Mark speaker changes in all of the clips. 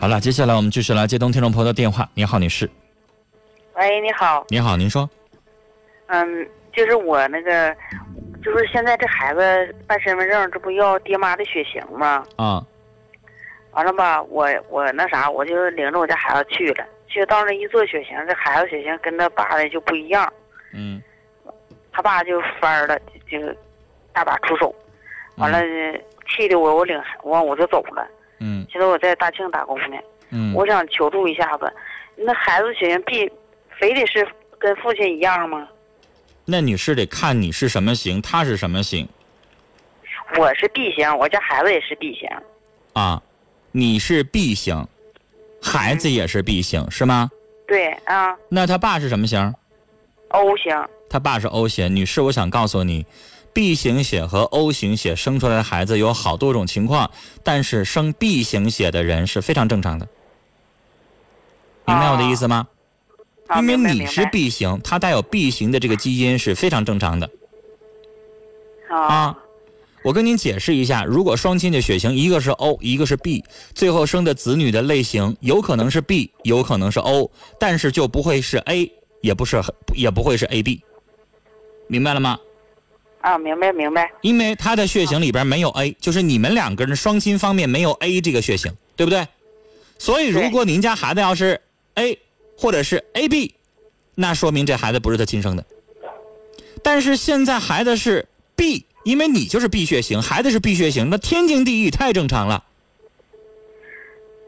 Speaker 1: 好了，接下来我们继续来接通听众朋友的电话。您好，女士。
Speaker 2: 喂，哎你好，
Speaker 1: 您好，您说。
Speaker 2: 嗯，就是我那个，就是现在这孩子办身份证，这不要爹妈的血型吗？
Speaker 1: 啊
Speaker 2: 完了吧，我我那啥，我就领着我家孩子去了，去到那一做血型，这孩子血型跟他爸的就不一样，
Speaker 1: 嗯
Speaker 2: 他爸就翻了，就就大打出手，完了、气的我我领完我就走了。
Speaker 1: 嗯
Speaker 2: 现在我在大庆打工呢，
Speaker 1: 嗯，
Speaker 2: 我想求助一下子，那孩子血型必非得是跟父亲一样吗？
Speaker 1: 那女士得看你是什么型，他是什么型
Speaker 2: 我是 B 型，我家孩子也是 B 型。
Speaker 1: 啊？你是 B 型，孩子也是 B 型是吗？
Speaker 2: 对啊
Speaker 1: 那他爸是什么型？
Speaker 2: ，O 型，
Speaker 1: 他爸是 O 型。女士，我想告诉你，B 型血和 O 型血生出来的孩子有好多种情况，但是生 B 型血的人是非常正常的。明白我的意思吗？
Speaker 2: 啊、
Speaker 1: 因为
Speaker 2: 明白
Speaker 1: 你是 B 型，它带有 B 型的这个基因是非常正常的。
Speaker 2: 明白啊
Speaker 1: 啊我跟您解释一下，如果双亲的血型一个是 O，一个是 B，最后生的子女的类型有可能是 B，有可能是 O，但是就不会是 A，也不是也不会是 AB，明白了吗？
Speaker 2: 啊，明白明白
Speaker 1: 因为他的血型里边没有 A，就是你们两个人双亲方面没有 A 这个血型，对不对？所以如果您家孩子要是 A 或者是 AB，那说明这孩子不是他亲生的。但是现在孩子是 B，因为你就是 B 血型，孩子是 B 血型，那天经地义，太正常了。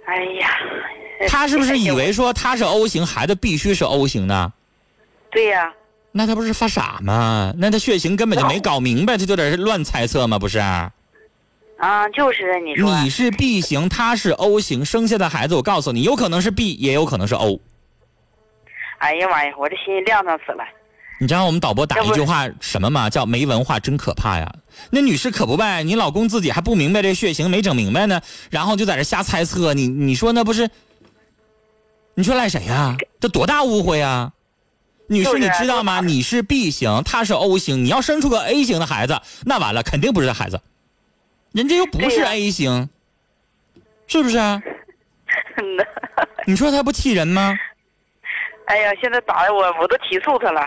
Speaker 2: 哎呀，
Speaker 1: 他是不是以
Speaker 2: 哎
Speaker 1: 为
Speaker 2: 呦
Speaker 1: 说他是 O 型，孩子必须是 O 型呢？
Speaker 2: 对呀、
Speaker 1: 那他不是发傻吗？那他血型根本就没搞明白，他就在这乱猜测吗？不是？
Speaker 2: 啊？就是你说
Speaker 1: 你是 B 型，他是 O 型，生下的孩子，我告诉你，有可能是 B，也有可能是 O。
Speaker 2: 哎呀妈呀，我这心亮堂死了。
Speaker 1: 你知道我们导播打
Speaker 2: 要
Speaker 1: 一
Speaker 2: 不
Speaker 1: 句话什么吗？叫没文化真可怕呀！那女士可不呗，你老公自己还不明白这血型，没整明白呢，然后就在这瞎猜测，你你说那不是？你说赖谁呀、这多大误会呀、女
Speaker 2: 就
Speaker 1: 士，
Speaker 2: 是
Speaker 1: 你
Speaker 2: 啊
Speaker 1: 知道吗？
Speaker 2: 就是
Speaker 1: 你是 B 型，他是 O 型，你要生出个 A 型的孩子，那完了，肯定不是他孩子，人家又不
Speaker 2: 对
Speaker 1: 是
Speaker 2: 呀
Speaker 1: A 型，是不是啊？
Speaker 2: 嗯
Speaker 1: 你说他不气人吗？
Speaker 2: 哎呀，现在打的我我都起诉他了。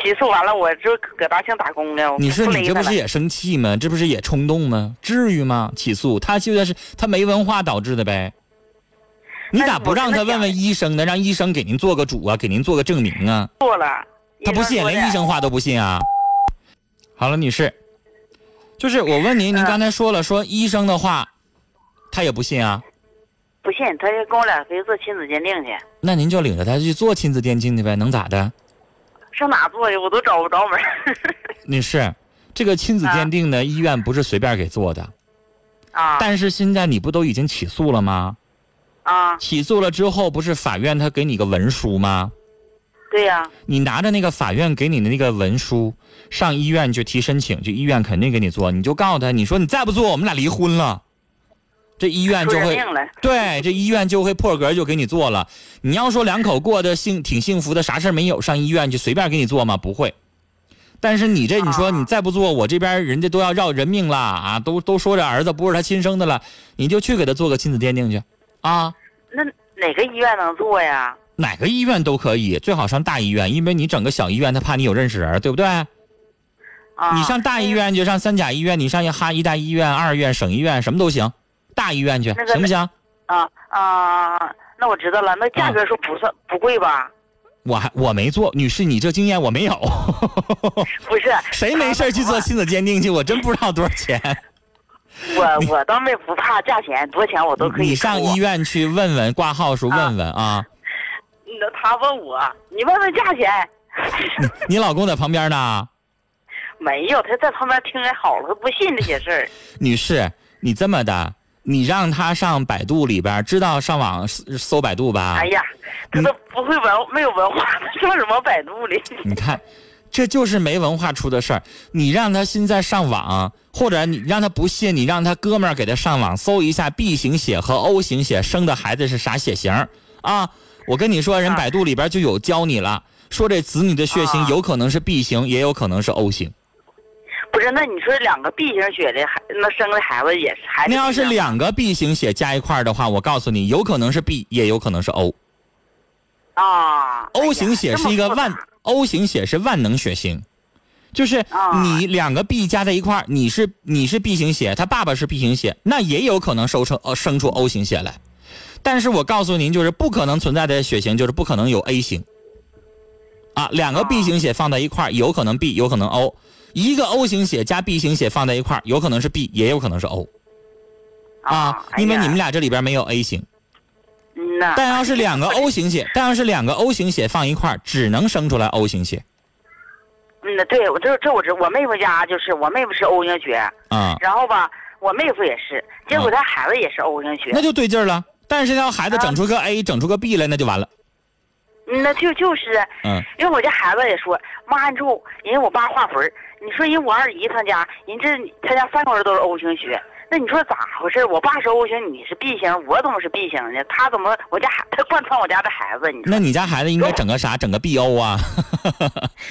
Speaker 2: 起诉完了，我就搁大庆打工呢。我
Speaker 1: 你说
Speaker 2: 不
Speaker 1: 你
Speaker 2: 勒
Speaker 1: 这
Speaker 2: 他
Speaker 1: 不是
Speaker 2: 了
Speaker 1: 也生气吗？这不是也冲动吗？至于吗？起诉他就算是他没文化导致的呗。你
Speaker 2: 但
Speaker 1: 咋
Speaker 2: 是
Speaker 1: 不
Speaker 2: 我
Speaker 1: 让他
Speaker 2: 跟他
Speaker 1: 问
Speaker 2: 讲
Speaker 1: 问
Speaker 2: 了
Speaker 1: 医生呢？让医生给您做个主啊，给您做个证明啊？
Speaker 2: 做了？
Speaker 1: 他不信，
Speaker 2: 说的
Speaker 1: 连医生话都不信啊。好了，女士，就是我问您，您
Speaker 2: 嗯
Speaker 1: 刚才说了，说医生的话，他也不信啊。
Speaker 2: 不信，他就跟我俩非做亲子鉴定去，
Speaker 1: 那您就领着他去做亲子鉴定去呗，能咋的？
Speaker 2: 上哪做去？我都找不着门儿
Speaker 1: 女士，这个亲子
Speaker 2: 啊
Speaker 1: 鉴定呢，医院不是随便给做的。
Speaker 2: 啊
Speaker 1: 但是现在你不都已经起诉了吗？
Speaker 2: 啊！
Speaker 1: 起诉了之后，不是法院他给你个文书吗？
Speaker 2: 对呀、
Speaker 1: 你拿着那个法院给你的那个文书，上医院去提申请，去医院肯定给你做。你就告诉他，你说你再不做，我们俩离婚了。这医院
Speaker 2: 出
Speaker 1: 就
Speaker 2: 人
Speaker 1: 会
Speaker 2: 命了。
Speaker 1: 对这医院就会破格就给你做了。你要说两口过得幸挺幸福的，啥事儿没有，上医院去随便给你做吗？不会。但是你这你说
Speaker 2: 啊
Speaker 1: 你再不做，我这边人家都要要人命了啊！都都说这儿子不是他亲生的了，你就去给他做个亲子鉴定去啊。
Speaker 2: 那哪个医院能做呀？
Speaker 1: 哪个医院都可以，最好上大医院，因为你整个小医院他怕你有认识人，对不对？
Speaker 2: 啊，
Speaker 1: 你上大医院就上三甲医院，你上哈医大医院、二院、省医院什么都行，大医院去
Speaker 2: 那个
Speaker 1: 行不行？
Speaker 2: 啊啊，那我知道了，那价格说不算、不贵吧？
Speaker 1: 我还我没做，女士，你这经验我 没有，
Speaker 2: 不是，
Speaker 1: 谁没事儿去做
Speaker 2: 他
Speaker 1: 亲子鉴定去？我真不知道多少钱。
Speaker 2: 们我我倒没不怕价钱，多少钱我都可以。
Speaker 1: 你上医，院去问问，挂号时候问问啊。
Speaker 2: 那他问我，你问问价钱，
Speaker 1: 你老公在旁边呢，
Speaker 2: 没有，他在旁边听着好了，他不信这些 事儿。
Speaker 1: 女士，你这么的，你让他上百度里边儿，知道上网搜搜百度吧？
Speaker 2: 哎呀，他都不会文，没有文化，他说什么百度里？
Speaker 1: 你看，这就是没文化出的事儿。你让他现在上网，或者你让他不信，你让他哥们儿给他上网搜一下 B 型血和 O 型血生的孩子是啥血型儿啊？我跟你说，人
Speaker 2: 啊
Speaker 1: 百度里边就有教你了，说这子女的血型
Speaker 2: 啊
Speaker 1: 有可能是 B 型，也有可能是 O 型。
Speaker 2: 不是，那你说两个 B 型血的孩，那生的孩子也是孩子
Speaker 1: 那
Speaker 2: 一样吗？
Speaker 1: 要是两个 B 型血加一块儿的话，我告诉你，有可能是 B，也有可能是 O。
Speaker 2: 啊
Speaker 1: O 型血是一个万，O 型血是万能血型，就是
Speaker 2: 啊
Speaker 1: 你两个 B 加在一块儿，你是你是 B 型血，他爸爸是 B 型血，那也有可能收成呃生出 O 型血来。但是我告诉您，就是不可能存在的血型，就是不可能有 A 型。啊，两个 B 型血放在一块儿，有可能 B，有可能 O；一个 O 型血加 B 型血放在一块儿，有可能是 B，也有可能是 O
Speaker 2: 哦
Speaker 1: 啊，因为你们
Speaker 2: 俩，
Speaker 1: 俩这里边没有 A 型。
Speaker 2: 嗯呐，
Speaker 1: 但要是两个 O 型血，但要是两个 O 型血放一块儿，只能生出来 O 型血
Speaker 2: 嗯呐，对我这这我知，我妹夫家就是我妹夫是 O 型血，
Speaker 1: 啊、
Speaker 2: 然后吧，我妹夫也是，结果他孩子也是 O 型血，
Speaker 1: 嗯那就对劲儿了。但是要孩子整出
Speaker 2: 啊
Speaker 1: 个 A，、整出个 B 来，那就完了。
Speaker 2: 嗯那就就是，
Speaker 1: 嗯，
Speaker 2: 因为我家孩子也说，妈，你说人家我爸画魂儿，你说人我二姨她家，人这她家三口人都是 O 型血，那你说咋回事？我爸是 O 型，你是 B 型，我怎么是 B 型呢？他怎么我家孩他贯穿我家的孩子？你说
Speaker 1: 那你家孩子应该整个啥？整个 BO 啊？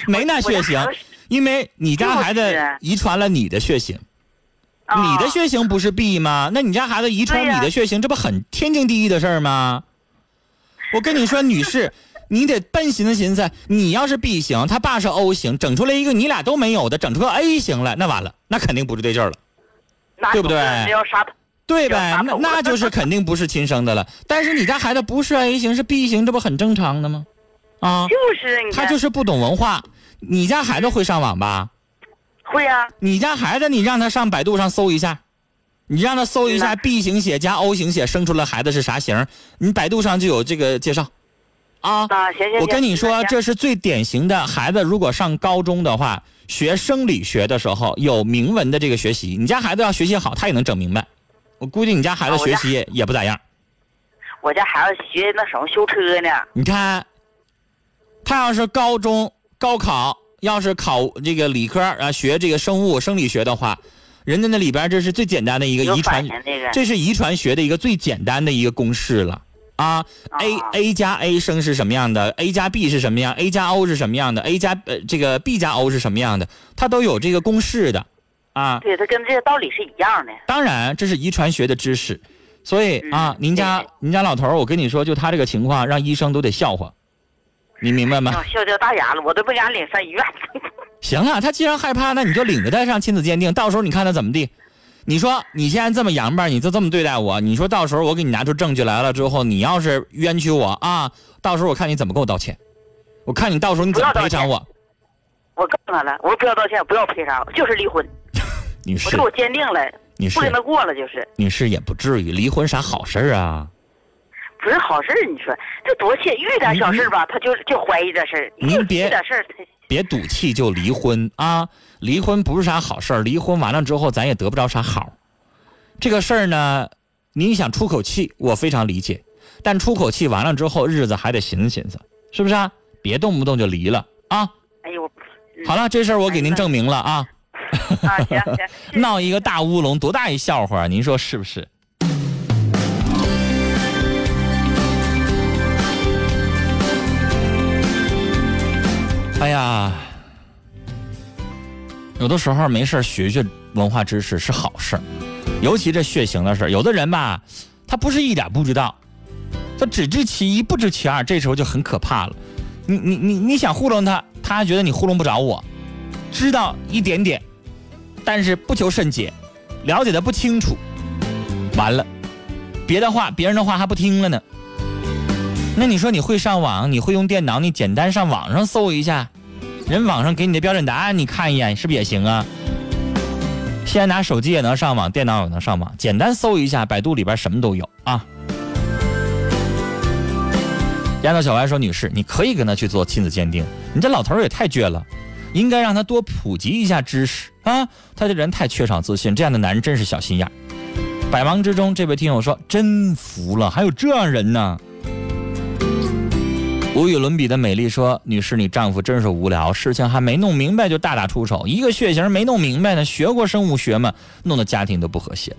Speaker 1: 没那血型
Speaker 2: 我家孩子，
Speaker 1: 因为你家孩
Speaker 2: 就
Speaker 1: 子
Speaker 2: 是
Speaker 1: 遗传了你的血型，
Speaker 2: 啊
Speaker 1: 你的血型不是 B 吗？那你家孩子遗传
Speaker 2: 对呀
Speaker 1: 你的血型，这不很天经地义的事儿吗？我跟你说，女 士，你得笨寻思寻思，你要是 B 型，他爸是 O 型，整出来一个你俩都没有的，整出个 A 型来，那完了，那肯定不是对劲儿了。
Speaker 2: 那
Speaker 1: 对不对
Speaker 2: 那要啥？
Speaker 1: 对呗
Speaker 2: 有，
Speaker 1: 那
Speaker 2: 打
Speaker 1: 那
Speaker 2: 啊赌
Speaker 1: 就是肯定不是亲生的了。但是你家孩子不是 A 型，是 B 型，这不很正常的吗？啊，
Speaker 2: 就是你
Speaker 1: 他就是不懂文化。你家孩子会上网吧？
Speaker 2: 会啊，
Speaker 1: 你家孩子，你让他上百度上搜一下，你让他搜一下
Speaker 2: 那
Speaker 1: B 型血加 O 型血生出来孩子是啥型，你百度上就有这个介绍，啊。
Speaker 2: 啊，行行行。
Speaker 1: 我跟你说，
Speaker 2: 行
Speaker 1: 这是最典型的孩子，如果上高中的话，学生理学的时候有明文的这个学习，你家孩子要学习好，他也能整明白。我估计你家孩子
Speaker 2: 啊我
Speaker 1: 学
Speaker 2: 家
Speaker 1: 习也不咋样。
Speaker 2: 我家孩子学那什么修车呢，
Speaker 1: 你看，他要是高中高考，要是考这个理科啊，学这个生物生理学的话，人家那里边这是最简单的一个
Speaker 2: 有
Speaker 1: 遗
Speaker 2: 反
Speaker 1: 传
Speaker 2: 应，那个。
Speaker 1: 这是遗传学的一个最简单的一个公式了啊。A A 加 A 生是什么样的？A 加 B 是什么样？A 加 O 是什么样的？A 加呃这个 B 加 O 是什么样的？它都有这个公式的啊。
Speaker 2: 对他跟这些道理是一样的。
Speaker 1: 当然，这是遗传学的知识，所以啊，
Speaker 2: 嗯
Speaker 1: 您家
Speaker 2: 对
Speaker 1: 您家老头儿，我跟你说，就他这个情况，让医生都得笑话，你明白吗？
Speaker 2: 啊，笑掉大牙了，我都不敢领上医院。
Speaker 1: 行了，他既然害怕，那你就领着他上亲子鉴定，到时候你看他怎么地。你说你现在这么洋吧，你就这么对待我，你说到时候我给你拿出证据来了之后，你要是冤屈我啊，到时候我看你怎么给我道歉，我看你到时候你怎么
Speaker 2: 不要
Speaker 1: 赔
Speaker 2: 道歉
Speaker 1: 偿我。
Speaker 2: 我告诉他了，我说不要道歉，不要赔偿，就是离婚。
Speaker 1: 女
Speaker 2: 我
Speaker 1: 士
Speaker 2: 说，我坚定了，
Speaker 1: 女士
Speaker 2: 不，跟他过了，就是
Speaker 1: 女士也不至于离婚啥好事儿啊。
Speaker 2: 不是好事儿。你说这多气，遇点小事儿吧，他就就怀疑这事儿。
Speaker 1: 您
Speaker 2: 就是
Speaker 1: 别
Speaker 2: 遇点事儿， 他
Speaker 1: 别赌气就离婚啊！离婚不是啥好事儿，离婚完了之后咱也得不着啥好。这个事儿呢，您想出口气，我非常理解，但出口气完了之后，日子还得寻思寻思，是不是啊？别动不动就离了啊！
Speaker 2: 哎呦，嗯
Speaker 1: 好了，这事儿我给您证明了啊！
Speaker 2: 啊，行 行，谢谢
Speaker 1: 闹一个大乌龙，多大一笑话啊，您说是不是？哎呀，有的时候没事儿学学文化知识是好事儿，尤其这血型的事儿，有的人吧，他不是一点不知道，他只知其一不知其二，这时候就很可怕了。你你你你想糊弄他，他还觉得你糊弄不着我，知道一点点，但是不求甚解，了解的不清楚，完了，别的话别人的话还不听了呢。那你说你会上网，你会用电脑，你简单上网上搜一下，人网上给你的标准答案你看一眼，是不是也行啊？现在拿手机也能上网，电脑也能上网，简单搜一下，百度里边什么都有啊。丫头小白说：“女士，你可以跟他去做亲子鉴定，你这老头儿也太倔了，应该让他多普及一下知识啊。他这人太缺少自信，这样的男人真是小心眼儿。”百忙之中，这位听友说：“真服了，还有这样人呢。”无与伦比的美丽说：“女士，你丈夫真是无聊，事情还没弄明白就大打出手，一个血型没弄明白呢，学过生物学吗？弄得家庭都不和谐。